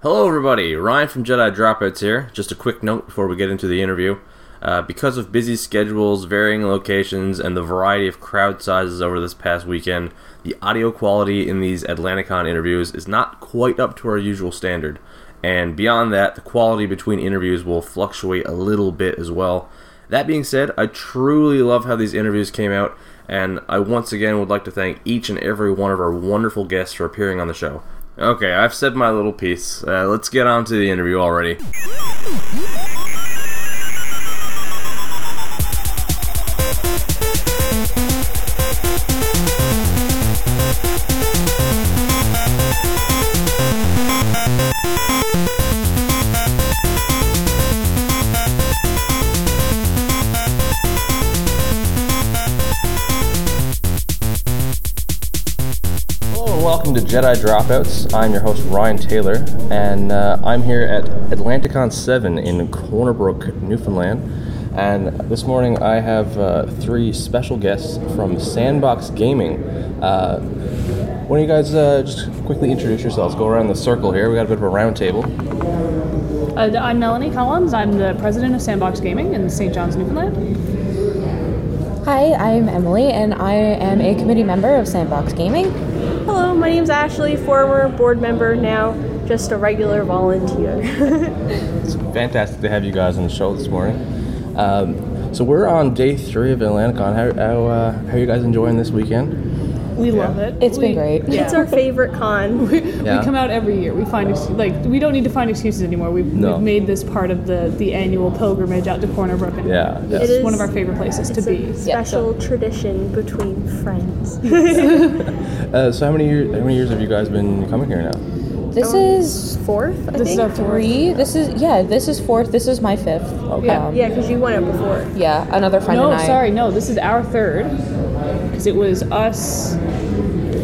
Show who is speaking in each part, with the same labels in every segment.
Speaker 1: Hello, everybody. Ryan from Jedi Dropouts here. Just a quick note before we get into the interview. Uh, because of busy schedules, varying locations, and the variety of crowd sizes over this past weekend, the audio quality in these Atlanticon interviews is not quite up to our usual standard. And beyond that, the quality between interviews will fluctuate a little bit as well. That being said, I truly love how these interviews came out, and I once again would like to thank each and every one of our wonderful guests for appearing on the show. Okay, I've said my little piece. Uh, let's get on to the interview already. Hello and welcome to Jedi Dropouts. I'm your host Ryan Taylor, and uh, I'm here at Atlanticon 7 in Cornerbrook, Newfoundland. And this morning I have uh, three special guests from Sandbox Gaming. Uh, why don't you guys uh, just quickly introduce yourselves? Go around the circle here. We got a bit of a round table.
Speaker 2: Uh, I'm Melanie Collins. I'm the president of Sandbox Gaming in St. John's, Newfoundland.
Speaker 3: Hi, I'm Emily, and I am a committee member of Sandbox Gaming.
Speaker 4: Hello, my name's Ashley, former board member, now just a regular volunteer.
Speaker 1: It's fantastic to have you guys on the show this morning. Um, so we're on day three of Atlanticon. How, how, uh, how are you guys enjoying this weekend?
Speaker 2: We love it.
Speaker 3: It's
Speaker 2: It's
Speaker 3: been great.
Speaker 2: Yeah.
Speaker 4: it's our favorite con.
Speaker 1: Yeah.
Speaker 2: We come out every year. We find ex- like we don't need to find excuses anymore. We've,
Speaker 1: No.
Speaker 2: we've made this part of the the annual pilgrimage out to Corner Brook. And
Speaker 1: Yeah, yeah.
Speaker 2: it's
Speaker 4: It
Speaker 2: one of
Speaker 4: is-
Speaker 2: our favorite places to
Speaker 4: It's
Speaker 2: be.
Speaker 4: a special tradition between friends.
Speaker 1: Uh, so how many years? How many years have you guys been coming here now?
Speaker 3: This is
Speaker 4: Fourth, I
Speaker 2: This is
Speaker 4: think.
Speaker 2: our fourth.
Speaker 3: three. This is yeah. This is fourth. This is my fifth.
Speaker 1: Okay.
Speaker 2: Yeah,
Speaker 3: Um,
Speaker 4: Yeah, because you went it before.
Speaker 3: yeah, Another friend
Speaker 2: No,
Speaker 3: and I.
Speaker 2: sorry, no. This is our third because it was us.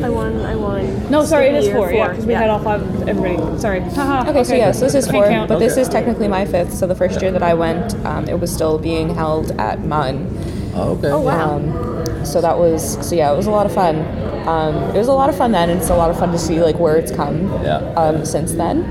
Speaker 4: I won. I won.
Speaker 2: No, sorry, it is
Speaker 4: Year
Speaker 2: four. Yeah, because we had all five. of Everybody, sorry. Haha,
Speaker 3: Okay, so yes, this is
Speaker 2: Can't
Speaker 3: four,
Speaker 2: count.
Speaker 3: but this
Speaker 1: Okay.
Speaker 3: is technically my fifth. So the first year that I went, um, it was still being held at Mun.
Speaker 1: Oh, okay.
Speaker 4: Oh wow.
Speaker 3: Um, so that was so yeah, it was a lot of fun. Um, it was a lot of fun then, and it's a lot of fun to see like where it's come
Speaker 1: Yeah.
Speaker 3: um, since then.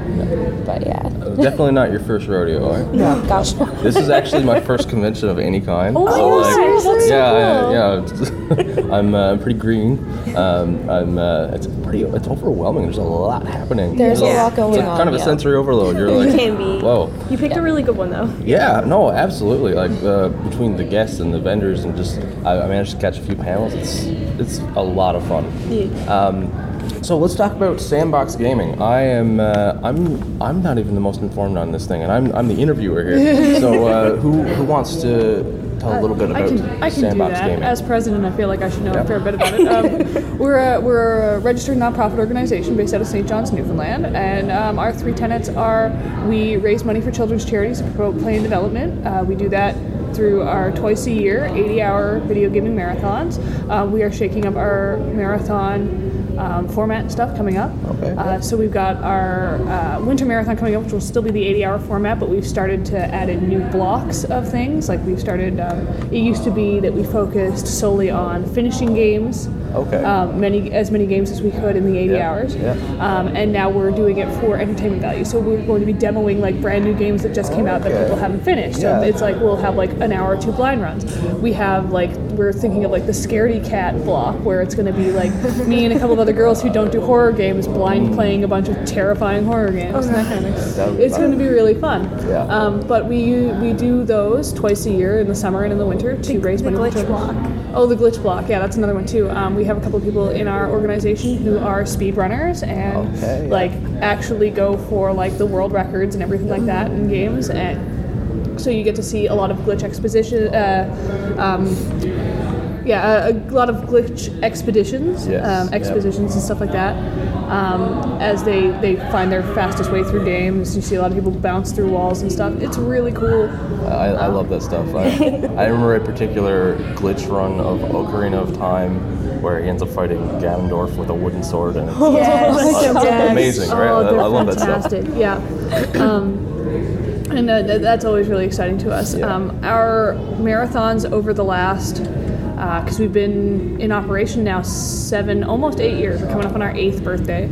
Speaker 3: But yeah,
Speaker 1: Uh, Definitely not your first rodeo. eh?
Speaker 3: no, gosh,
Speaker 1: This is actually my first convention of any kind.
Speaker 4: Oh my
Speaker 1: So,
Speaker 4: God, seriously? That's so
Speaker 1: yeah, I, yeah. I'm uh, pretty green. Um, I'm. Uh, it's pretty. It's overwhelming. There's a lot happening.
Speaker 3: There's
Speaker 4: a lot
Speaker 3: going
Speaker 1: it's a-
Speaker 3: on,
Speaker 1: Kind of a
Speaker 3: yeah.
Speaker 1: sensory overload. You're
Speaker 4: It
Speaker 1: like,
Speaker 4: can be.
Speaker 1: whoa.
Speaker 4: You picked a really good one though.
Speaker 1: Yeah, no, absolutely. Like uh, between the guests and the vendors, and just I, I managed to catch a few panels. It's it's a lot of fun. Um, so let's talk about sandbox gaming. I am uh, I'm I'm not even the most informed on this thing, and I'm, I'm the interviewer here. so uh, who who wants to tell a little bit
Speaker 2: I
Speaker 1: about
Speaker 2: can, I can do
Speaker 1: sandbox
Speaker 2: that.
Speaker 1: gaming?
Speaker 2: As president, I feel like I should know
Speaker 1: Yeah.
Speaker 2: a fair bit about it. Um, we're, a, we're a registered nonprofit organization based out of St. John's, Newfoundland, and um, our three tenets are we raise money for children's charities to promote play and development. Uh, we do that through our twice a year, 80 hour video gaming marathons. Uh, we are shaking up our marathon. Um, format stuff coming up.
Speaker 1: Okay.
Speaker 2: Uh, so we've got our uh, winter marathon coming up, which will still be the 80 hour format, but we've started to add in new blocks of things. Like we've started, um, it used to be that we focused solely on finishing games.
Speaker 1: Okay.
Speaker 2: Um, many as many games as we could in the 80
Speaker 1: Yeah,
Speaker 2: hours.
Speaker 1: yeah.
Speaker 2: Um, and now we're doing it for entertainment value. So we're going to be demoing like brand new games that just came out that
Speaker 1: Okay.
Speaker 2: people haven't finished.
Speaker 1: Yeah.
Speaker 2: So it's like we'll have like an hour or two blind runs. We have like we're thinking of like the scaredy cat block where it's going to be like me and a couple of other girls who don't do horror games blind playing a bunch of terrifying horror games. and that kind of
Speaker 1: That would be
Speaker 2: it's
Speaker 1: fun.
Speaker 2: going to be really fun.
Speaker 1: Yeah.
Speaker 2: Um, but we we do those twice a year in the summer and in the winter to raise
Speaker 4: The
Speaker 2: money. for
Speaker 4: glitch
Speaker 2: children.
Speaker 4: block.
Speaker 2: Oh, the glitch block. Yeah, that's another one too. Um, we have a couple of people in our organization who are speedrunners and
Speaker 1: Okay, yeah.
Speaker 2: like actually go for like the world records and everything like that in games and so you get to see a lot of glitch exposition uh, um, yeah, a, a lot of glitch expeditions,
Speaker 1: Yes,
Speaker 2: um,
Speaker 1: yep.
Speaker 2: expositions and stuff like that. Um, as they, they find their fastest way through games, you see a lot of people bounce through walls and stuff. It's really cool.
Speaker 1: I, I love that stuff. I, I remember a particular glitch run of Ocarina of Time where he ends up fighting Ganondorf with a wooden sword, and it's
Speaker 4: Yes. Yes.
Speaker 1: amazing, right?
Speaker 2: Oh,
Speaker 1: I-
Speaker 2: they're
Speaker 1: I love that stuff.
Speaker 2: fantastic. Yeah. Um, and uh, th- that's always really exciting to us.
Speaker 1: Yeah.
Speaker 2: Um, our marathons over the last because we've been in operation now seven, almost eight years. We're coming up on our eighth birthday.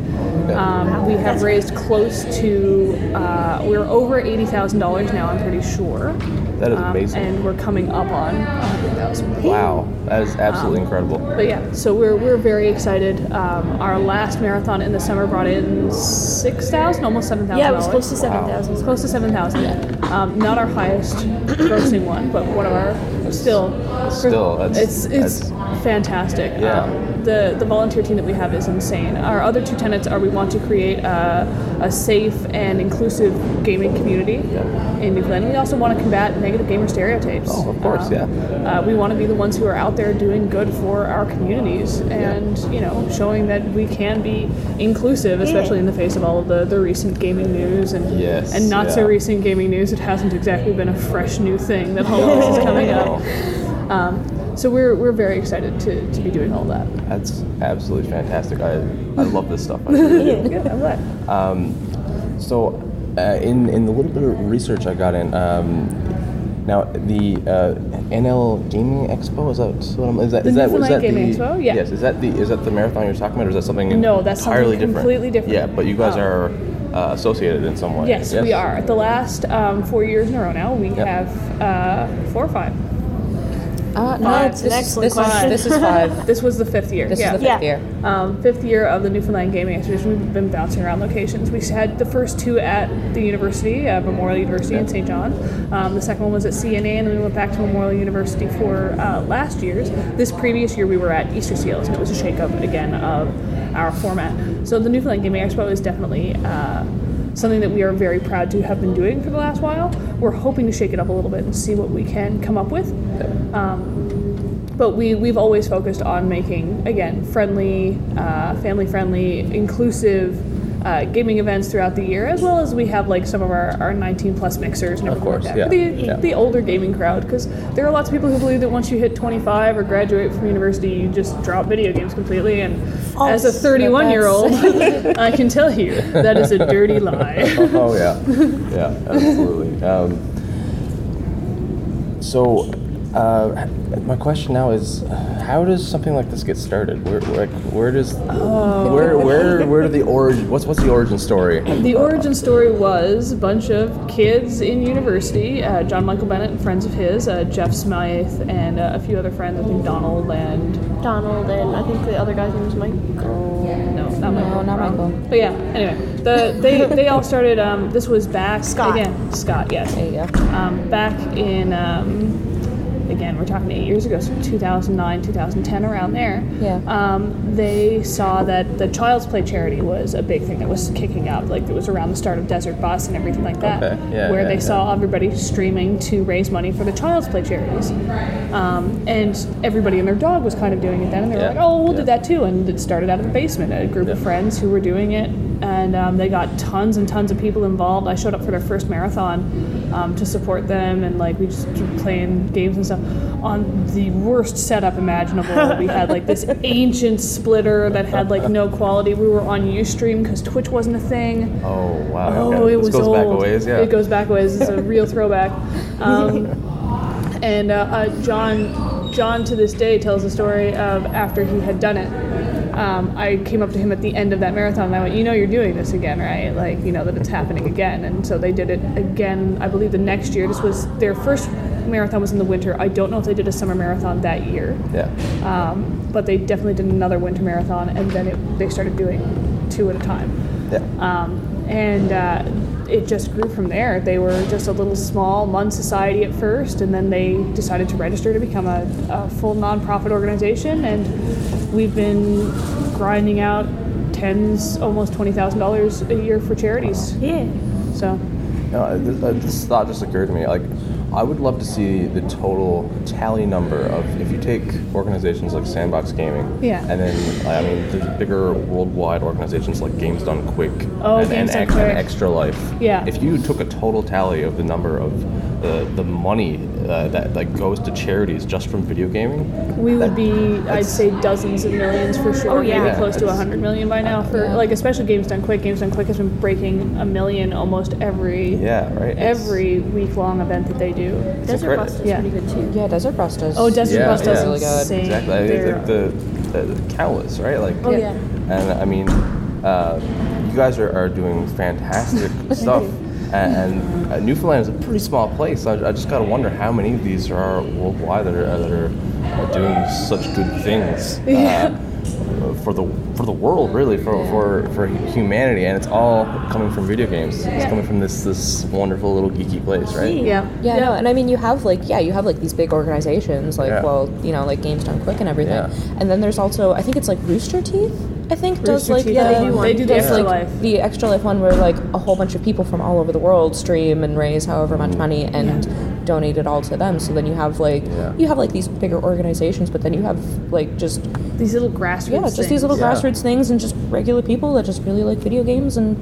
Speaker 2: Um, we have raised close to, uh, we're over eighty thousand dollars now. I'm pretty sure. Um,
Speaker 1: That is amazing.
Speaker 2: And we're coming up on hundred thousand.
Speaker 1: Wow, that is absolutely incredible.
Speaker 2: But yeah, so we're, we're very excited. Um, our last marathon in the summer brought in six thousand, almost seven thousand.
Speaker 4: Yeah, it was close to seven
Speaker 2: It's
Speaker 4: thousand.
Speaker 2: close to 7,000. Um, not our highest grossing one, but one of our still.
Speaker 1: Still, that's-
Speaker 2: it's it's fantastic.
Speaker 1: Yeah.
Speaker 2: Um, the the volunteer team that we have is insane. Our other two tenets are we want to create a, a safe and inclusive gaming community in New Glenn. We also want to combat negative gamer stereotypes.
Speaker 1: Oh, of course, yeah.
Speaker 2: Uh, we want to be the ones who are out there doing good for our communities and you know showing that we can be inclusive, especially in the face of all of the, the recent gaming news and
Speaker 1: Yes,
Speaker 2: and not so
Speaker 1: yeah.
Speaker 2: recent gaming news. It hasn't exactly been a fresh new thing that Hogwarts is coming up. Um, so we're, we're very excited to, to be doing all that.
Speaker 1: That's absolutely fantastic. I, I love this stuff. I really do.
Speaker 2: I'm glad.
Speaker 1: So, uh, in in the little bit of research I got in, um, now the uh, NL Gaming Expo is that what I'm, is that
Speaker 2: The
Speaker 1: is that was
Speaker 2: Newfoundland
Speaker 1: that
Speaker 2: Gaming
Speaker 1: the
Speaker 2: Expo? Yeah.
Speaker 1: yes is that the is that the marathon you're talking about or is that something
Speaker 2: No, that's something
Speaker 1: entirely
Speaker 2: completely different.
Speaker 1: Yeah, but you guys
Speaker 2: Um,
Speaker 1: are uh, associated in some way.
Speaker 2: Yes, we are. The last um, four years in a row now, we
Speaker 1: Yep.
Speaker 2: have uh, four or five.
Speaker 3: Uh, no,
Speaker 2: Five.
Speaker 3: this,
Speaker 4: An
Speaker 3: is,
Speaker 4: excellent
Speaker 3: this, is,
Speaker 2: question.
Speaker 3: this is five.
Speaker 2: This was the fifth year.
Speaker 3: This
Speaker 2: yeah.
Speaker 3: is the
Speaker 4: Yeah.
Speaker 3: fifth year.
Speaker 2: um, fifth year of the Newfoundland Gaming Exhibition. We've been bouncing around locations. We had the first two at the university, uh, Memorial University in St. John. Um, the second one was at CNA, and then we went back to Memorial University for uh, last year's. This previous year, we were at Easter Seals, and it was a shakeup again of our format. So the Newfoundland Gaming Expo is definitely. Uh, something that we are very proud to have been doing for the last while. We're hoping to shake it up a little bit and see what we can come up with. Um, but we, we've always focused on making, again, friendly, uh, family friendly, inclusive uh, gaming events throughout the year, as well as we have like some of our, our 19 plus mixers and everything
Speaker 1: course,
Speaker 2: like
Speaker 1: yeah,
Speaker 2: that. For the,
Speaker 1: yeah.
Speaker 2: the older gaming crowd, because there are lots of people who believe that once you hit 25 or graduate from university, you just drop video games completely. And as a
Speaker 4: False.
Speaker 2: 31 year old, I can tell you that is a dirty lie.
Speaker 1: oh yeah, yeah, absolutely. Um, so, uh, my question now is, how does something like this get started? Where, like, where does,
Speaker 2: Oh.
Speaker 1: where, where, where do the origin? What's what's the origin story?
Speaker 2: The origin story was a bunch of kids in university, uh, John Michael Bennett and friends of his, uh, Jeff Smythe, and uh, a few other friends, I think Donald and.
Speaker 4: Donald and I think the other guy's name was Michael.
Speaker 2: No, not Michael.
Speaker 3: not
Speaker 2: wrong.
Speaker 3: Michael.
Speaker 2: But yeah, anyway, the, they, they all started, um, this was back.
Speaker 4: Scott.
Speaker 2: Again, Scott, yes.
Speaker 3: There you go.
Speaker 2: um, back in um, again we're talking eight years ago so 2009 2010 around there
Speaker 3: Yeah.
Speaker 2: um, they saw that the child's play charity was a big thing that was kicking up like it was around the start of desert bus and everything like that
Speaker 1: Okay, yeah,
Speaker 2: where
Speaker 1: yeah,
Speaker 2: they
Speaker 1: yeah.
Speaker 2: saw everybody streaming to raise money for the child's play charities um, and everybody and their dog was kind of doing it then and they were
Speaker 1: Yeah,
Speaker 2: like oh we'll
Speaker 1: yeah.
Speaker 2: do that too and it started out of the basement a group of friends who were doing it and um, they got tons and tons of people involved i showed up for their first marathon um, to support them and like we just keep playing games and stuff on the worst setup imaginable we had like this ancient splitter that had like no quality we were on ustream because twitch wasn't a thing
Speaker 1: Oh wow.
Speaker 2: Oh,
Speaker 1: okay.
Speaker 2: it
Speaker 1: this
Speaker 2: was
Speaker 1: goes
Speaker 2: old.
Speaker 1: back a ways. Yeah.
Speaker 2: It goes back a ways. It's a real throwback. Um, and uh, uh, John, John to this day tells the story of after he had done it. Um, I came up to him at the end of that marathon and I went, "You know, you're doing this again, right? Like, you know that it's happening again." And so they did it again. I believe the next year. This was their first marathon was in the winter. I don't know if they did a summer marathon that year.
Speaker 1: yeah.
Speaker 2: Um, but they definitely did another winter marathon, and then it, they started doing two at a time
Speaker 1: Yeah.
Speaker 2: um, and uh, it just grew from there. They were just a little small Munn society at first, and then they decided to register to become a, a full nonprofit organization. And we've been grinding out tens, almost twenty thousand dollars a year for charities.
Speaker 4: Yeah.
Speaker 2: So
Speaker 1: No, I- this, uh, this thought just occurred to me. Like, I would love to see the total tally number of if you take organizations like Sandbox Gaming,
Speaker 2: Yeah.
Speaker 1: and then I mean, there's bigger worldwide organizations like Games Done Quick,
Speaker 2: Oh,
Speaker 1: and,
Speaker 2: Games
Speaker 1: and,
Speaker 2: Done
Speaker 1: Ex- and
Speaker 2: Quick.
Speaker 1: Extra Life.
Speaker 2: Yeah.
Speaker 1: If you took a total tally of the number of the the money uh, that like goes to charities just from video gaming,
Speaker 2: we would be, I'd say, dozens of millions for sure.
Speaker 4: Oh, yeah.
Speaker 2: maybe
Speaker 4: Yeah,
Speaker 2: close to
Speaker 1: it's-
Speaker 2: hundred million by now. For like, especially Games Done Quick. Games Done Quick has been breaking a million almost every
Speaker 1: yeah, right. It's-
Speaker 2: every week long event that they do.
Speaker 4: Desert
Speaker 1: incredible.
Speaker 4: Bust is
Speaker 2: Yeah.
Speaker 4: pretty good too.
Speaker 3: Yeah, Desert Bros does.
Speaker 2: Oh, Desert
Speaker 1: Yeah,
Speaker 2: Bus
Speaker 1: yeah.
Speaker 2: does
Speaker 1: Really
Speaker 3: good.
Speaker 2: insane.
Speaker 1: Exactly. I think
Speaker 2: They're-
Speaker 1: like the, the, the countless, right? Like,
Speaker 4: Oh, yeah.
Speaker 1: and I mean, uh, you guys are, are doing fantastic stuff. And, and uh, Newfoundland is a pretty small place. I, I just gotta wonder how many of these are worldwide that are, that are uh, doing such good things uh, for the for the world, really, for, for for humanity. And it's all coming from video games. It's coming from this this wonderful little geeky place, right?
Speaker 2: yeah.
Speaker 3: Yeah, no, and I mean you have like yeah, you have like these big organizations like
Speaker 1: Yeah.
Speaker 3: well, you know, like Games Done Quick and everything.
Speaker 1: Yeah.
Speaker 3: And then there's also I think it's like Rooster Teeth. I think does
Speaker 2: Rooster
Speaker 3: like
Speaker 2: Teeth.
Speaker 3: the,
Speaker 2: Yeah, they do one. They do the
Speaker 3: does,
Speaker 2: Extra
Speaker 3: like,
Speaker 2: Life.
Speaker 3: the extra life one where like a whole bunch of people from all over the world stream and raise however
Speaker 1: Mm.
Speaker 3: much money and donate it all to them. So then you have like
Speaker 1: Yeah.
Speaker 3: you have like these bigger organizations, but then you have like just
Speaker 2: These little grassroots.
Speaker 3: yeah, just these
Speaker 2: things.
Speaker 3: little
Speaker 1: Yeah.
Speaker 3: grassroots things and just regular people that just really like video games and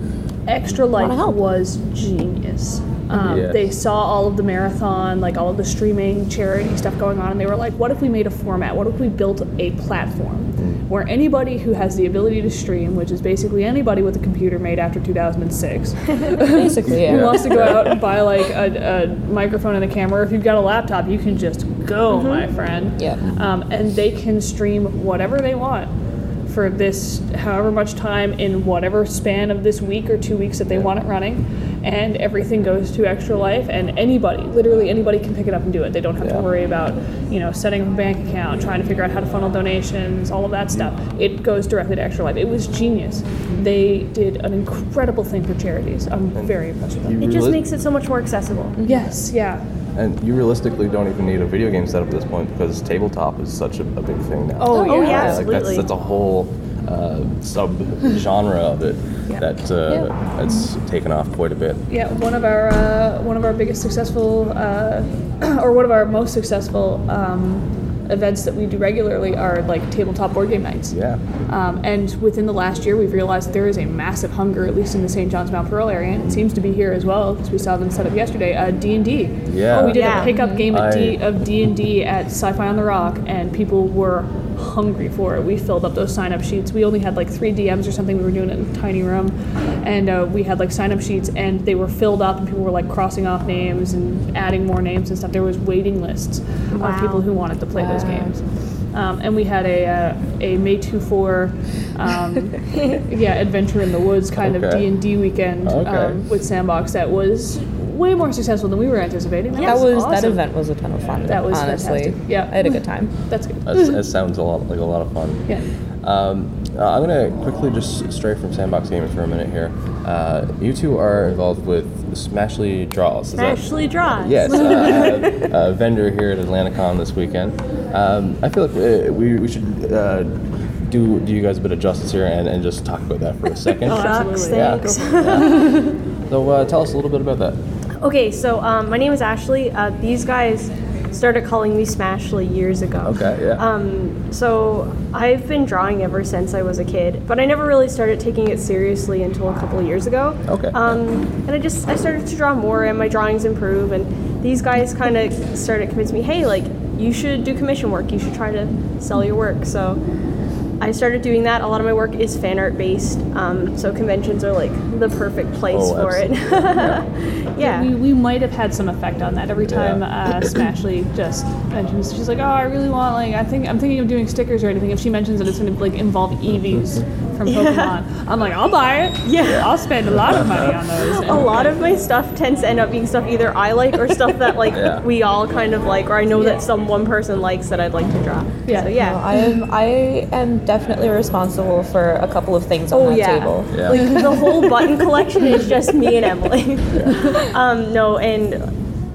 Speaker 2: Extra Life
Speaker 3: help.
Speaker 2: was genius. Um,
Speaker 1: Yeah.
Speaker 2: They saw all of the marathon, like all of the streaming charity stuff going on, and they were like, what if we made a format? What if we built a platform where anybody who has the ability to stream, which is basically anybody with a computer made after 2006,
Speaker 3: basically yeah.
Speaker 2: who wants to go out and buy like a, a microphone and a camera, if you've got a laptop, you can just go, my friend.
Speaker 3: Mm-hmm. Yeah.
Speaker 2: Um, and they can stream whatever they want for this, however much time in whatever span of this week or two weeks that they want it running, and everything goes to Extra Life, and anybody, literally anybody, can pick it up and do it. They don't have to
Speaker 1: Yeah.
Speaker 2: worry about you know setting up a bank account, trying to figure out how to funnel donations, all of that stuff. It goes directly to Extra Life. It was genius. They did an incredible thing for charities. I'm very impressed with them.
Speaker 1: You
Speaker 4: It just
Speaker 1: really-
Speaker 4: makes it so much more accessible.
Speaker 2: Yes. Yeah.
Speaker 1: And you realistically don't even need a video game setup at this point because tabletop is such a, a big thing now.
Speaker 2: Oh,
Speaker 4: Oh, yeah, yeah.
Speaker 1: Like that's,
Speaker 4: absolutely.
Speaker 1: that's a whole uh, sub genre of it that uh, that's taken off quite a bit.
Speaker 2: Yeah, one of our uh, one of our biggest successful, uh, or one of our most successful um, events that we do regularly are like tabletop board game nights.
Speaker 1: Yeah.
Speaker 2: Um, and within the last year, we've realized there is a massive hunger, at least in the St. John's Mount Pearl area, and it seems to be here as well because we saw them set up yesterday. Uh, D and D. Oh,
Speaker 1: Yeah.
Speaker 2: we did
Speaker 4: Yeah.
Speaker 2: a pickup game at D,
Speaker 1: I-
Speaker 2: of D and D at Sci-Fi on the Rock, and people were hungry for it. We filled up those sign-up sheets. We only had like three DMs or something. We were doing it in a tiny room, and uh, we had like sign-up sheets, and they were filled up, and people were like crossing off names and adding more names and stuff. There was waiting lists
Speaker 4: Wow.
Speaker 2: of people who wanted to play those games. Um, and we had a uh, a May 24 um, yeah adventure in the woods kind of
Speaker 1: Okay.
Speaker 2: D and D weekend
Speaker 1: Okay.
Speaker 2: um, with Sandbox that was way more successful than we were anticipating. That,
Speaker 3: That was that
Speaker 2: awesome.
Speaker 3: event was a ton of fun.
Speaker 2: That was
Speaker 3: honestly.
Speaker 2: fantastic. Yeah.
Speaker 3: I had a good time.
Speaker 2: That's good.
Speaker 1: That's, that sounds a lot like a lot of fun.
Speaker 2: Yeah.
Speaker 1: Um, uh, I'm gonna quickly just stray from sandbox gaming for a minute here. Uh, you two are involved with Smashly Draws. Is that-
Speaker 4: Ashley draws.
Speaker 1: Yes, uh, uh, a vendor here at AtlantaCon this weekend. Um, I feel like uh, we, we should uh, do do you guys a bit of justice here and, and just talk about that for a second.
Speaker 4: Oh, Sucks,
Speaker 1: Yeah.
Speaker 4: thanks.
Speaker 1: so uh, tell us a little bit about that.
Speaker 4: Okay, so um, my name is Ashley. Uh, these guys started calling me Smashly years ago.
Speaker 1: Okay, yeah.
Speaker 4: Um, so I've been drawing ever since I was a kid, but I never really started taking it seriously until a couple years ago.
Speaker 1: Okay.
Speaker 4: Um, and I just I started to draw more, and my drawings improve, and these guys kind of started convincing me, hey, like you should do commission work. You should try to sell your work. So. I started doing that. A lot of my work is fan art based, um, so conventions are like the perfect place
Speaker 1: Oh,
Speaker 4: for it. yeah.
Speaker 2: We, we might have had some effect on that. Every time uh, Smashly just mentions, she's like, "Oh, I really want like I think I'm thinking of doing stickers or anything." If she mentions that it's going to like involve Eevees from Pokemon, I'm like, "I'll buy it.
Speaker 4: Yeah.
Speaker 2: I'll spend a lot of money on those."
Speaker 4: a lot of my stuff tends to end up being stuff either I like or stuff that like
Speaker 1: Yeah.
Speaker 4: we all kind of like, or I know that some one person likes that I'd like to draw.
Speaker 2: Yeah.
Speaker 4: So yeah.
Speaker 3: I am I am definitely responsible for a couple of things on
Speaker 4: Oh,
Speaker 3: that
Speaker 4: yeah.
Speaker 3: table.
Speaker 1: Yeah.
Speaker 4: Like the whole button collection is just me and Emily. um, no, and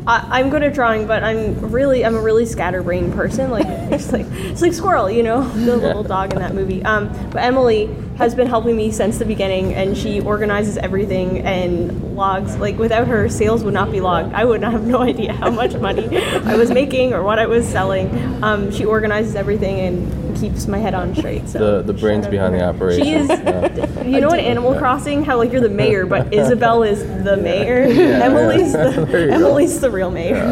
Speaker 4: I, I'm good at drawing, but I'm really I'm a really scatterbrained person. Like it's like it's like squirrel, you know, the little dog in that movie. Um, but Emily has been helping me since the beginning, and she organizes everything and logs. Like without her, sales would not be logged. I would not have no idea how much money I was making or what I was selling. Um, she organizes everything and keeps my head on straight. So
Speaker 1: The the brains behind the operation.
Speaker 4: She is-
Speaker 1: Yeah.
Speaker 4: you know in Animal Crossing how like you're the mayor, but Isabel is the mayor. Emily's
Speaker 1: There you
Speaker 4: the
Speaker 1: go.
Speaker 4: Emily's the real mayor.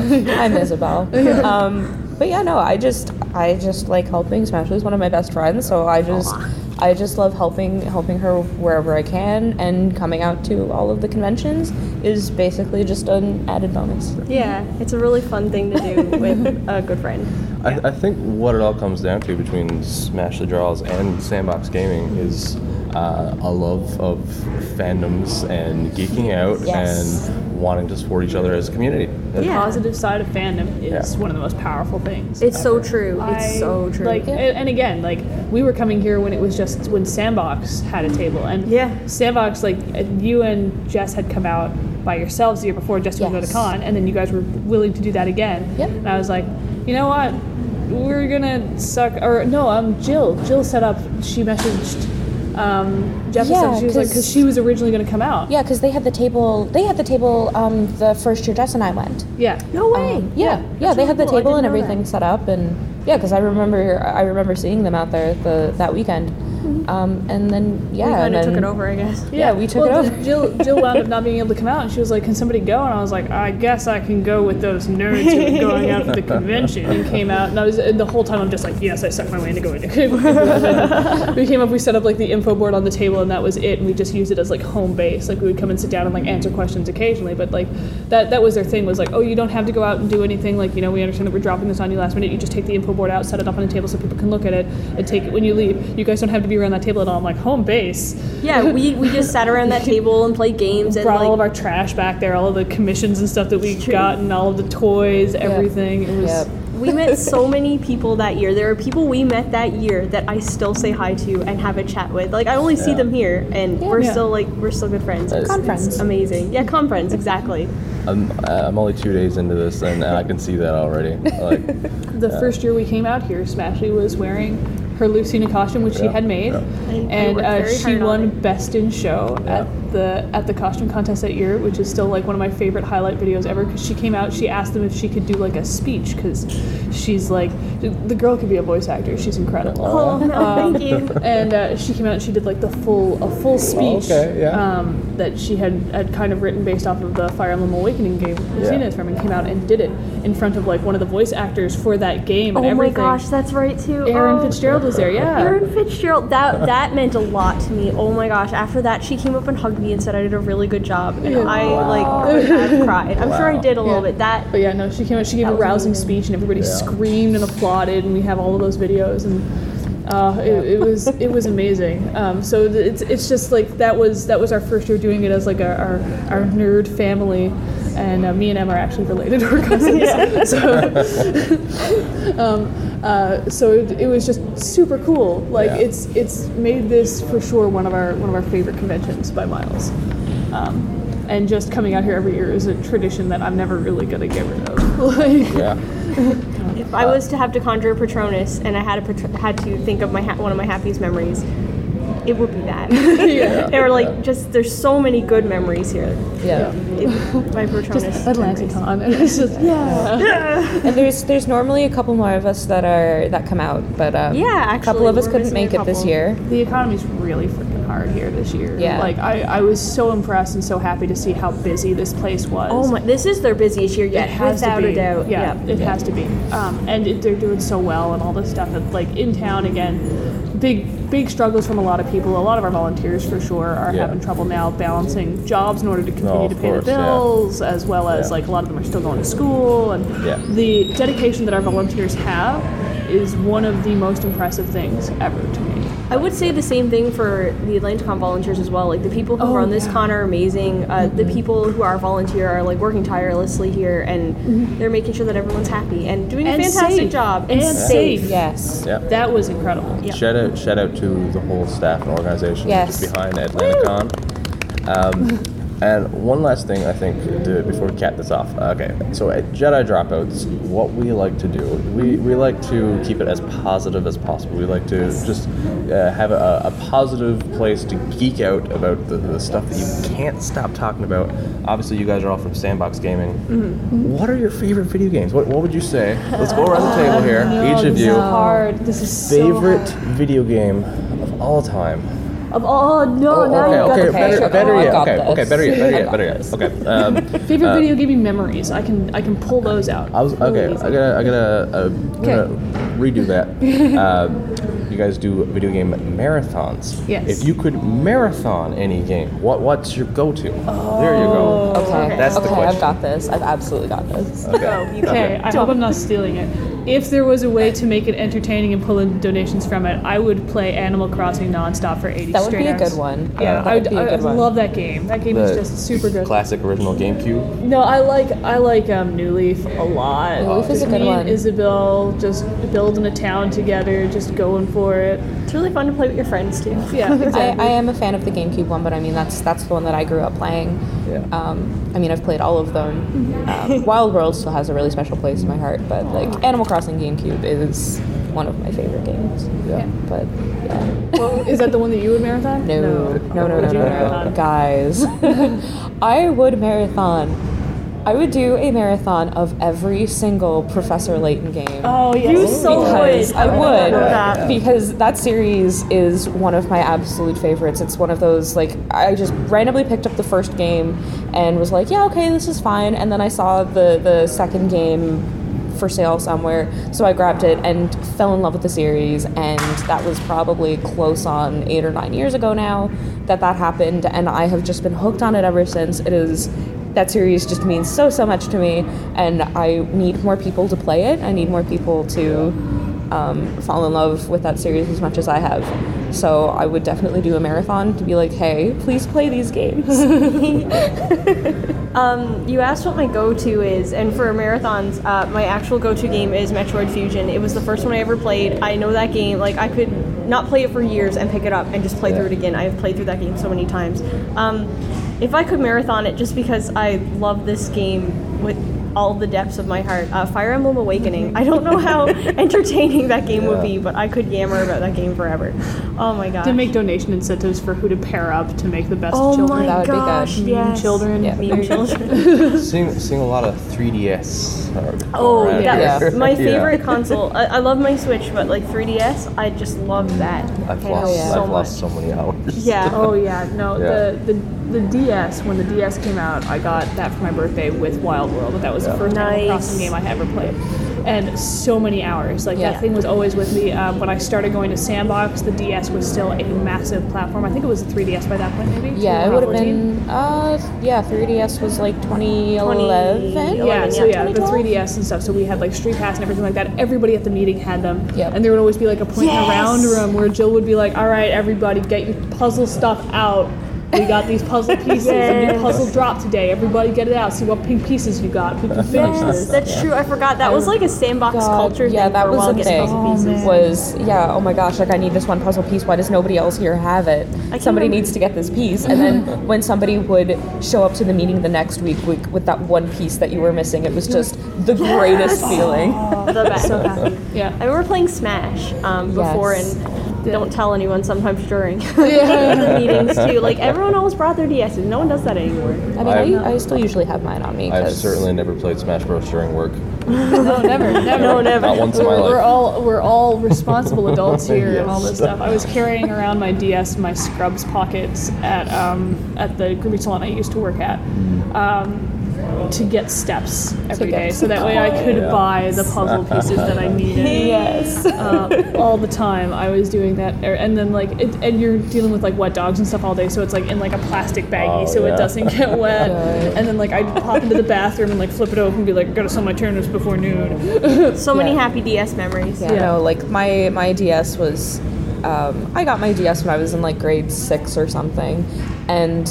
Speaker 3: I'm Isabel. um, but yeah, no, I just I just like helping. Smash is one of my best friends, so I just I just love helping helping her wherever I can, and coming out to all of the conventions is basically just an added bonus.
Speaker 4: Yeah, it's a really fun thing to do with a good friend.
Speaker 1: I, I think what it all comes down to between Smash the Draws and Sandbox Gaming is uh, a love of fandoms and geeking out
Speaker 3: Yes.
Speaker 1: and wanting to support each other as a community.
Speaker 4: Yeah.
Speaker 2: positive side of fandom is
Speaker 1: Yeah.
Speaker 2: one of the most powerful things.
Speaker 4: It's so true. It's
Speaker 2: I-
Speaker 4: so true.
Speaker 2: Like, and and again, like we were coming here when it was just when Sandbox had a table, and
Speaker 4: Yeah.
Speaker 2: Sandbox, like you and Jess had come out by yourselves the year before. Jess would go to
Speaker 3: Yes.
Speaker 2: con, and then you guys were willing to do that again.
Speaker 3: Yep.
Speaker 2: And I was like, you know what, we're gonna suck. Or no, um, Jill. Jill set up. She messaged. Um, Jeff
Speaker 3: Yeah,
Speaker 2: yeah, she was like,
Speaker 3: 'cause-
Speaker 2: because she was originally going to come out.
Speaker 3: Yeah, because they had the table. They had the table um, the first year Jess and I went.
Speaker 2: Yeah.
Speaker 4: no way.
Speaker 3: Um, yeah, yeah,
Speaker 4: That's
Speaker 3: they had the
Speaker 4: really cool. I
Speaker 3: table and
Speaker 4: didn't know
Speaker 3: everything set up, and yeah, because I remember I remember seeing them out there the that weekend, um, and then yeah,
Speaker 4: Mm-hmm. We
Speaker 3: and
Speaker 4: kind of
Speaker 3: then,
Speaker 4: took it over, I guess.
Speaker 3: Yeah, we took
Speaker 2: well,
Speaker 3: it over.
Speaker 2: Jill, Jill wound up not being able to come out, and she was like, "Can somebody go?" And I was like, "I guess I can go with those nerds who are going out to the convention." And came out, and I was and the whole time I'm just like, "Yes, I sucked my way into going to convention." we came up, we set up like the info board on the table, and that was it. And we just used it as like home base. Like we would come and sit down and like answer questions occasionally, but like that that was their thing was like, "Oh, you don't have to go out and do anything." Like you know, we understand that we're dropping this on you last minute. You just take the info board out, set it up on a table so people can look at it, and take it when you leave. You guys don't have to be around that table at all. I'm like, home base.
Speaker 4: Yeah, we, we just sat around that table and played games and
Speaker 2: brought
Speaker 4: like
Speaker 2: all of our trash back there, all of the commissions and stuff that we got, and all of the toys, everything. It was.
Speaker 3: Yep.
Speaker 4: we met so many people that year. There are people we met that year that I still say hi to and have a chat with. Like I only see
Speaker 1: Yeah.
Speaker 4: them here, and we're
Speaker 2: Yeah.
Speaker 4: still like we're still good friends. It's,
Speaker 3: Con
Speaker 4: it's
Speaker 3: friends.
Speaker 4: amazing. Yeah, con friends, exactly.
Speaker 1: I'm, I'm only two days into this and I can see that already. Like,
Speaker 2: The first year we came out here, Smashley was wearing her Lucina costume, which she
Speaker 1: Yeah,
Speaker 2: had made,
Speaker 1: yeah.
Speaker 4: I
Speaker 2: and
Speaker 4: worked
Speaker 2: uh,
Speaker 4: very
Speaker 2: she
Speaker 4: hard on
Speaker 2: won
Speaker 4: it.
Speaker 2: Best in Show
Speaker 1: Yeah.
Speaker 2: at the at the costume contest that year, which is still like one of my favorite highlight videos ever. Because she came out, she asked them if she could do like a speech, because she's like the girl could be a voice actor. She's incredible.
Speaker 4: Oh no, thank you.
Speaker 2: and uh, she came out and she did like the full a full speech
Speaker 1: okay, yeah.
Speaker 2: um, that she had, had kind of written based off of the Fire Emblem Awakening game Lucina is from and came out and did it in front of like one of the voice actors for that game and
Speaker 4: Oh my
Speaker 2: everything.
Speaker 4: gosh, that's right too.
Speaker 2: Aaron
Speaker 4: Oh.
Speaker 2: Fitzgerald was there, yeah.
Speaker 4: Aaron Fitzgerald, that that meant a lot to me. Oh my gosh! After that, she came up and hugged me and said I did a really good job, and I like have cried. I'm sure I did a little
Speaker 2: Yeah.
Speaker 4: bit. That
Speaker 2: But yeah, no, she came out. She gave a
Speaker 4: was
Speaker 2: rousing speech, and everybody screamed and applauded, and we have all of those videos, and uh, it, it was it was amazing. Um, so th- it's it's just like that was that was our first year doing it as like our our, our nerd family, and uh, me and Em are actually related. We're cousins. so um, uh, so it, it was just super cool. Like
Speaker 1: Yeah.
Speaker 2: it's it's made this for sure one of our one of our favorite conventions by miles. Um, and just coming out here every year is a tradition that I'm never really gonna get rid of. like,
Speaker 1: yeah.
Speaker 4: If
Speaker 2: uh,
Speaker 4: I was to have to conjure a Patronus, and I had a patr- had to think of my ha- one of my happiest memories, it would be that. they were like just there's so many good memories here.
Speaker 3: yeah.
Speaker 4: It, my Patronus. memories.
Speaker 2: Atlanticon, and it's just yeah.
Speaker 3: and there's there's normally a couple more of us that are that come out, but um,
Speaker 4: Yeah,
Speaker 3: a couple
Speaker 4: actually,
Speaker 3: of us
Speaker 4: we're
Speaker 3: couldn't
Speaker 4: missing a
Speaker 3: make it this
Speaker 4: couple.
Speaker 3: year.
Speaker 2: The economy's really freaking hard here this year.
Speaker 3: Yeah.
Speaker 2: Like I, I was so impressed and so happy to see how busy this place was.
Speaker 4: Oh my! This is their busiest year
Speaker 2: It
Speaker 4: yet,
Speaker 2: has
Speaker 4: without
Speaker 2: to be.
Speaker 4: a doubt.
Speaker 2: Yeah,
Speaker 4: Yep.
Speaker 2: it has to be. Um, and it, they're doing so well and all this stuff. It's like in town again. Big big struggles from a lot of people. A lot of our volunteers for sure are
Speaker 1: Yeah.
Speaker 2: having trouble now balancing jobs in order to continue
Speaker 1: Oh, of
Speaker 2: to pay
Speaker 1: course,
Speaker 2: the
Speaker 1: yeah.
Speaker 2: bills, as well as
Speaker 1: Yeah.
Speaker 2: like a lot of them are still going to school. And
Speaker 1: Yeah.
Speaker 2: the dedication that our volunteers have is one of the most impressive things ever to me.
Speaker 4: I would say the same thing for the AtlantaCon volunteers as well. Like the people who
Speaker 2: Oh,
Speaker 4: run this
Speaker 2: yeah. Mm-hmm.
Speaker 4: con are amazing. Uh, The people who are volunteer are like working tirelessly here, and they're making sure that everyone's happy and doing
Speaker 2: Mm-hmm. And
Speaker 4: a fantastic
Speaker 2: safe.
Speaker 4: job
Speaker 2: And safe.
Speaker 3: Yes.
Speaker 1: Yeah.
Speaker 2: That was incredible.
Speaker 4: Yeah.
Speaker 1: Shout out, shout out to the whole staff and organization
Speaker 3: Yes.
Speaker 1: just behind Atlanticon. Um, and one last thing, I think, to, before we cap this off. Okay, so at Jedi Dropouts, what we like to do, we, we like to keep it as positive as possible. We like to just uh, have a, a positive place to geek out about the, the stuff that you can't stop talking about. Obviously, you guys are all from Sandbox Gaming. What are your favorite video games? What, what would you say? Let's go around the table here, each of you.
Speaker 2: This is hard. This is so
Speaker 1: Favorite
Speaker 2: hard.
Speaker 1: video game of all time.
Speaker 4: Of all,
Speaker 2: Oh,
Speaker 4: no,
Speaker 1: Oh, okay,
Speaker 4: now you got
Speaker 1: okay,
Speaker 4: the
Speaker 1: better,
Speaker 3: picture.
Speaker 1: better
Speaker 3: Oh, I
Speaker 1: yet.
Speaker 3: got
Speaker 1: Okay,
Speaker 3: this.
Speaker 1: okay, better yet, better
Speaker 3: I
Speaker 1: yet,
Speaker 3: got
Speaker 1: better yet. Okay. Um,
Speaker 2: Favorite video gaming memories. I can I can pull those out.
Speaker 1: I was okay.
Speaker 2: Really
Speaker 1: I
Speaker 2: easy.
Speaker 1: gotta, I gotta, uh, I'm gonna redo that. Uh, you guys do video game marathons.
Speaker 2: Yes.
Speaker 1: If you could marathon any game, what what's your go-to? There you go.
Speaker 3: Okay.
Speaker 1: That's the
Speaker 3: okay,
Speaker 1: question.
Speaker 3: I've got this. I've absolutely got this.
Speaker 2: Uh,
Speaker 4: Go, you
Speaker 2: Okay, I hope I'm not stealing it. If there was a way to make it entertaining and pull in donations from it, I would play Animal Crossing nonstop for 80
Speaker 3: That would
Speaker 2: straight
Speaker 3: be a
Speaker 2: hours.
Speaker 3: good one. Uh,
Speaker 2: Yeah,
Speaker 3: That
Speaker 2: I,
Speaker 3: would
Speaker 2: would,
Speaker 3: be a
Speaker 2: I
Speaker 3: good one.
Speaker 2: love that game. That game is
Speaker 1: The
Speaker 2: just super good.
Speaker 1: Classic original GameCube.
Speaker 2: No, I like I like um, New Leaf a lot.
Speaker 3: New Leaf is a
Speaker 2: Just
Speaker 3: good
Speaker 2: me and
Speaker 3: one.
Speaker 2: Isabel just building a town together, just going for it.
Speaker 4: It's really fun to play with your friends too.
Speaker 2: Yeah,
Speaker 3: I,
Speaker 2: exactly.
Speaker 3: I am a fan of the GameCube one, but I mean that's that's the one that I grew up playing.
Speaker 1: Yeah.
Speaker 3: Um, I mean I've played all of them. Um, Wild World still has a really special place in my heart, but like Animal Crossing GameCube is one of my favorite games.
Speaker 1: Yeah.
Speaker 3: But yeah,
Speaker 2: well, is that the one that you would marathon?
Speaker 3: no, no, no, no, no,
Speaker 2: Would you
Speaker 3: no,
Speaker 2: marathon?
Speaker 3: guys, I would marathon. I would do a marathon of every single Professor Layton game.
Speaker 2: Oh yes.
Speaker 4: You so
Speaker 3: Because
Speaker 4: would.
Speaker 3: I would.
Speaker 4: love that.
Speaker 3: Because that series is one of my absolute favorites. It's one of those, like, I just randomly picked up the first game and was like, yeah, okay, this is fine. And then I saw the, the second game for sale somewhere, so I grabbed it and fell in love with the series. And that was probably close on eight or nine years ago now that that happened. And I have just been hooked on it ever since. It is that series just means so so much to me and i need more people to play it i need more people to um, fall in love with that series as much as i have so i would definitely do a marathon to be like hey please play these games
Speaker 4: You asked what my go-to is, and for marathons, uh, my actual go-to game is Metroid Fusion. It was the first one I ever played. I know that game. Like I could not play it for years and pick it up and just play through it again. I have played through that game so many times. Um, if I could marathon it, just because I love this game with all the depths of my heart, uh, Fire Emblem Awakening. I don't know how entertaining that game would be, but I could yammer about that game forever. Oh my god!
Speaker 2: To make donation incentives for who to pair up to make the best
Speaker 4: oh
Speaker 2: children.
Speaker 4: my
Speaker 3: That would be good.
Speaker 4: gosh!
Speaker 3: Mean
Speaker 4: yes.
Speaker 2: children. Yeah.
Speaker 4: Mean children.
Speaker 1: Seeing, seeing a lot of 3DS. are-
Speaker 4: Oh,
Speaker 1: around
Speaker 4: that
Speaker 1: here.
Speaker 4: was my
Speaker 1: Yeah.
Speaker 4: favorite console. I, I love my Switch, but like 3DS, I just love that.
Speaker 1: I've
Speaker 4: handle
Speaker 1: lost,
Speaker 3: yeah.
Speaker 1: I've
Speaker 4: so
Speaker 1: lost
Speaker 4: much.
Speaker 1: so many hours.
Speaker 4: Yeah.
Speaker 2: Oh yeah, no
Speaker 1: Yeah.
Speaker 2: the the the DS when the DS came out, I got that for my birthday with Wild World. That was the first Animal
Speaker 4: Nice.
Speaker 2: Crossing game I ever played, and so many hours. Like
Speaker 3: Yeah.
Speaker 2: that thing was always with me. Um, when I started going to Sandbox, the DS was still a massive platform. I think it was a 3DS by that point, maybe.
Speaker 3: yeah it would have
Speaker 2: 2014.
Speaker 3: been uh yeah 3ds was like 2011
Speaker 2: Yeah, so yeah, the
Speaker 3: 2012?
Speaker 2: 3DS and stuff. So we had like Street Pass and everything like that. Everybody at the meeting had them.
Speaker 3: Yep.
Speaker 2: And there would always be like a point in the round
Speaker 4: Yes!
Speaker 2: room where Jill would be like, all right, everybody, get your puzzle stuff out. We got these puzzle pieces. A new puzzle drop today. Everybody get it out. See what pink pieces you got. Who can finish
Speaker 4: Yes,
Speaker 2: this.
Speaker 4: that's true. I forgot that was like a sandbox
Speaker 3: God,
Speaker 4: culture.
Speaker 3: yeah
Speaker 4: thing
Speaker 3: that
Speaker 4: for
Speaker 3: was
Speaker 4: a while,
Speaker 3: the
Speaker 4: getting
Speaker 3: thing Oh,
Speaker 4: puzzle pieces.
Speaker 3: was yeah oh my gosh like i need this one puzzle piece why does nobody else here have it somebody
Speaker 4: remember-
Speaker 3: needs to get this piece and then when somebody would show up to the meeting the next week with, with that one piece that you were missing it was just the greatest feeling
Speaker 4: The best.
Speaker 2: Yeah.
Speaker 4: I remember playing Smash um, before
Speaker 3: Yes.
Speaker 4: and don't tell anyone sometimes during the meetings too. Like everyone always brought their DSs. No one does that anymore.
Speaker 3: i mean I, I still usually have mine on me
Speaker 1: I've
Speaker 3: 'cause-
Speaker 1: certainly never played Smash Bros. during work.
Speaker 2: No, never, never.
Speaker 4: No, never.
Speaker 1: Not once in my
Speaker 2: We're, we're
Speaker 1: life.
Speaker 2: all we're all responsible adults here and all this
Speaker 1: Yes.
Speaker 2: stuff. I was carrying around my DS in my scrubs pockets at um, at the grooming salon I used to work at. Um, to get steps every
Speaker 3: get Oh,
Speaker 2: day, so that way I could
Speaker 1: Yeah.
Speaker 2: buy the puzzle pieces that I needed.
Speaker 3: yes
Speaker 2: Uh, all the time, I was doing that, er- and then like, it, and you're dealing with like wet dogs and stuff all day, so it's like in like a plastic baggie,
Speaker 1: Oh,
Speaker 2: so
Speaker 1: yeah.
Speaker 2: it doesn't get wet.
Speaker 3: Right.
Speaker 2: And then like I'd pop into the bathroom and like flip it open and be like, gotta sell my turners before noon.
Speaker 4: So many
Speaker 3: Yeah.
Speaker 4: happy DS memories.
Speaker 3: Yeah, no, like my my DS was, um, I got my DS when I was in like grade six or something, and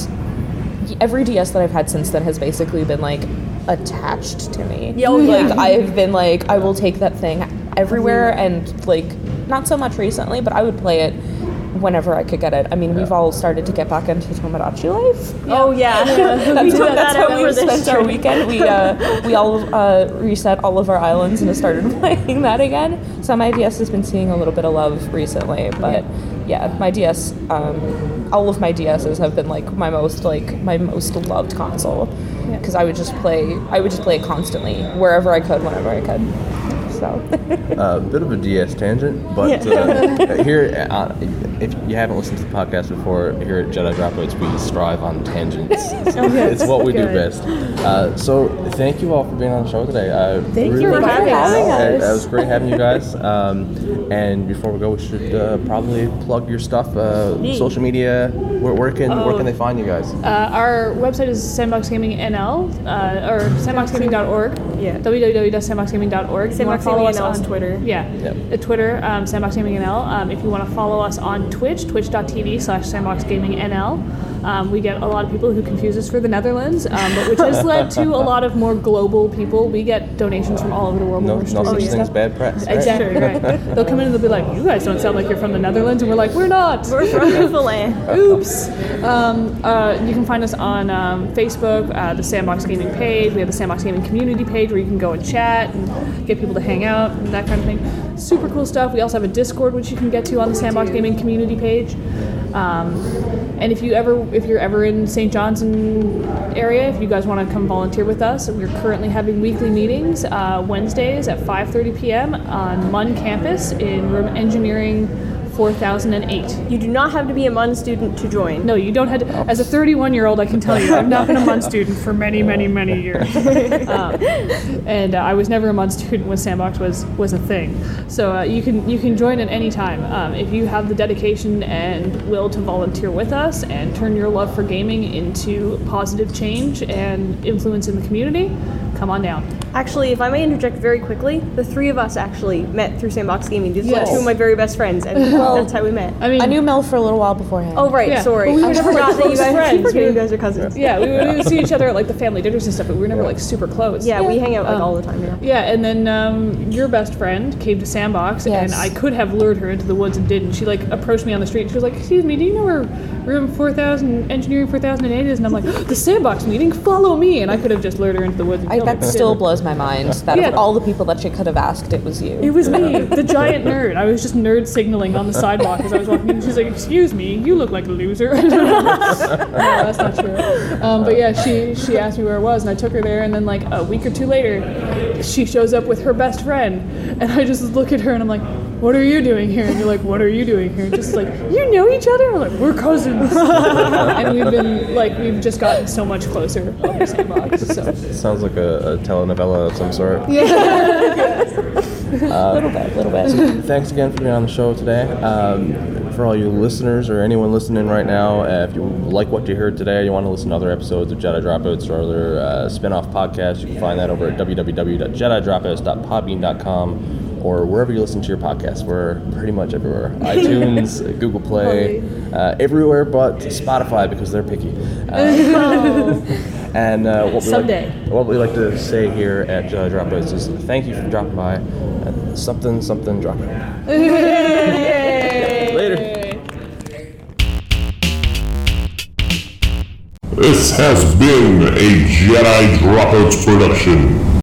Speaker 3: every DS that I've had since then has basically been like attached to me.
Speaker 4: Yeah, oh, yeah.
Speaker 3: Like I've been like I will take that thing everywhere, and like not so much recently, but I would play it whenever I could get it. I mean, we've all started to get back into Tomodachi life.
Speaker 4: Oh yeah. we
Speaker 3: That's,
Speaker 4: took
Speaker 3: what, that's
Speaker 4: that out
Speaker 3: how we
Speaker 4: for this
Speaker 3: spent our weekend. We uh, we all uh, reset all of our islands and started playing that again. So my DS has been seeing a little bit of love recently, but yeah, my DS, um, all of my DSs have been like my most like my most loved console because I would just play I would just play it constantly wherever I could, whenever I could. So
Speaker 1: a Uh, bit of a DS tangent, but uh, here, uh, if you haven't listened to the podcast before, here at Jedi Dropouts, we strive on tangents. it's what we do
Speaker 4: Good.
Speaker 1: best. Uh, so, thank you all for being on the show today. Uh,
Speaker 4: Thank you for
Speaker 3: having us.
Speaker 1: It, was great having you guys. Um, and before we go, we should uh, probably plug your stuff, uh,
Speaker 4: Yeah.
Speaker 1: social media. Where, where can where can they find you guys?
Speaker 2: Uh, our website is sandboxgamingnl uh, or sandboxgaming.org.
Speaker 4: Yeah.
Speaker 2: www.sandboxgaming.org. If you wanna follow us
Speaker 4: Sandboxgaming NL is
Speaker 2: on
Speaker 4: Twitter.
Speaker 2: Yeah.
Speaker 1: Yep.
Speaker 2: The Twitter, um, sandboxgamingnl. Um, if you want to follow us on Twitch, twitch.tv slash sandboxgamingnl. Um, we get a lot of people who confuse us for the Netherlands, um, but which has led to a lot of more global people. We get donations from all over the world.
Speaker 1: No,
Speaker 2: when
Speaker 1: no
Speaker 2: we're
Speaker 1: such
Speaker 2: streaming
Speaker 1: thing as
Speaker 2: Oh, stuff.
Speaker 1: bad press. right?
Speaker 2: Exactly right. They'll come in and they'll be like, "You guys don't sound like you're from the Netherlands," and we're like, "We're not."
Speaker 4: We're from Newfoundland.
Speaker 2: Oops. Um, uh, you can find us on um, Facebook, uh, the Sandbox Gaming page. We have the Sandbox Gaming community page where you can go and chat and get people to hang out and that kind of thing. Super cool stuff. We also have a Discord which you can get to on the Sandbox Gaming community page. Um, and if you ever, if you're ever in St. John's and area, if you guys want to come volunteer with us, we're currently having weekly meetings uh, Wednesdays at 5:30 p.m. on Munn campus in room engineering 4008.
Speaker 4: You do not have to be a Mun student to join.
Speaker 2: No, you don't have to. As a 31 year old, I can tell you, I've not been a Mun student for many, many, many years. Um, and uh, I was never a Mun student when Sandbox was was a thing. So uh, you can you can join at any time um, if you have the dedication and will to volunteer with us and turn your love for gaming into positive change and influence in the community. Come on down.
Speaker 4: Actually, if I may interject very quickly, the three of us actually met through Sandbox Gaming. These are
Speaker 2: Yes.
Speaker 4: two of my very best friends, and that's how we met.
Speaker 2: I mean,
Speaker 3: I knew Mel for a little while beforehand.
Speaker 4: oh, right,
Speaker 2: yeah.
Speaker 4: sorry.
Speaker 2: But we were
Speaker 4: I
Speaker 2: never, like,
Speaker 4: forgot that you
Speaker 2: close
Speaker 4: guys, I keep
Speaker 2: friends.
Speaker 4: forgetting
Speaker 2: We-
Speaker 4: you guys are cousins.
Speaker 2: yeah, we would see each other at like the family dinners and stuff, but we were never like super close.
Speaker 4: Yeah, we hang out like
Speaker 2: Um,
Speaker 4: all the time now.
Speaker 2: Yeah, and then um, your best friend came to Sandbox,
Speaker 3: Yes.
Speaker 2: and I could have lured her into the woods and didn't. She like approached me on the street. And she was like, "Excuse me, do you know where room four thousand, engineering four thousand and eight is?" And I'm like, "The Sandbox meeting. Follow me." And I could have just lured her into the woods. And
Speaker 3: Oh, I,
Speaker 2: killed her,
Speaker 3: that
Speaker 2: but I
Speaker 3: still
Speaker 2: didn't.
Speaker 3: blows my mind that
Speaker 2: Yeah.
Speaker 3: of all the people that she could have asked, it was
Speaker 2: It
Speaker 3: you.
Speaker 2: was me, the giant nerd. I was just nerd signaling on the sidewalk as I was walking in. She's like, "Excuse me, you look like a loser." no, that's not true. Um, but yeah, she she asked me where it was, and I took her there. And then like a week or two later, she shows up with her best friend, and I just look at her and I'm like, "What are you doing here?" And you're like, "What are you doing here?" And just like, "You know each other?" We're like, "We're cousins," and we've been like, we've just gotten so much closer on the sandbox. So.
Speaker 1: Sounds like a, a telenovela of some sort.
Speaker 3: A little bit, a little bit.
Speaker 1: Thanks again for being on the show today. Um, for all you listeners or anyone listening right now, uh, if you like what you heard today, you want to listen to other episodes of Jedi Dropouts or other uh, spin off podcasts, you can find that over at www.jedidropouts.podbean.com or wherever you listen to your podcasts. We're pretty much everywhere iTunes, Google Play, uh, everywhere but Spotify because they're picky. Uh, and uh, what, we
Speaker 2: Someday.
Speaker 1: Like, what we like to say here at Jedi Dropouts is thank you for dropping by. Uh, something, something, dropping. Later.
Speaker 5: This has been a Jedi Dropouts production.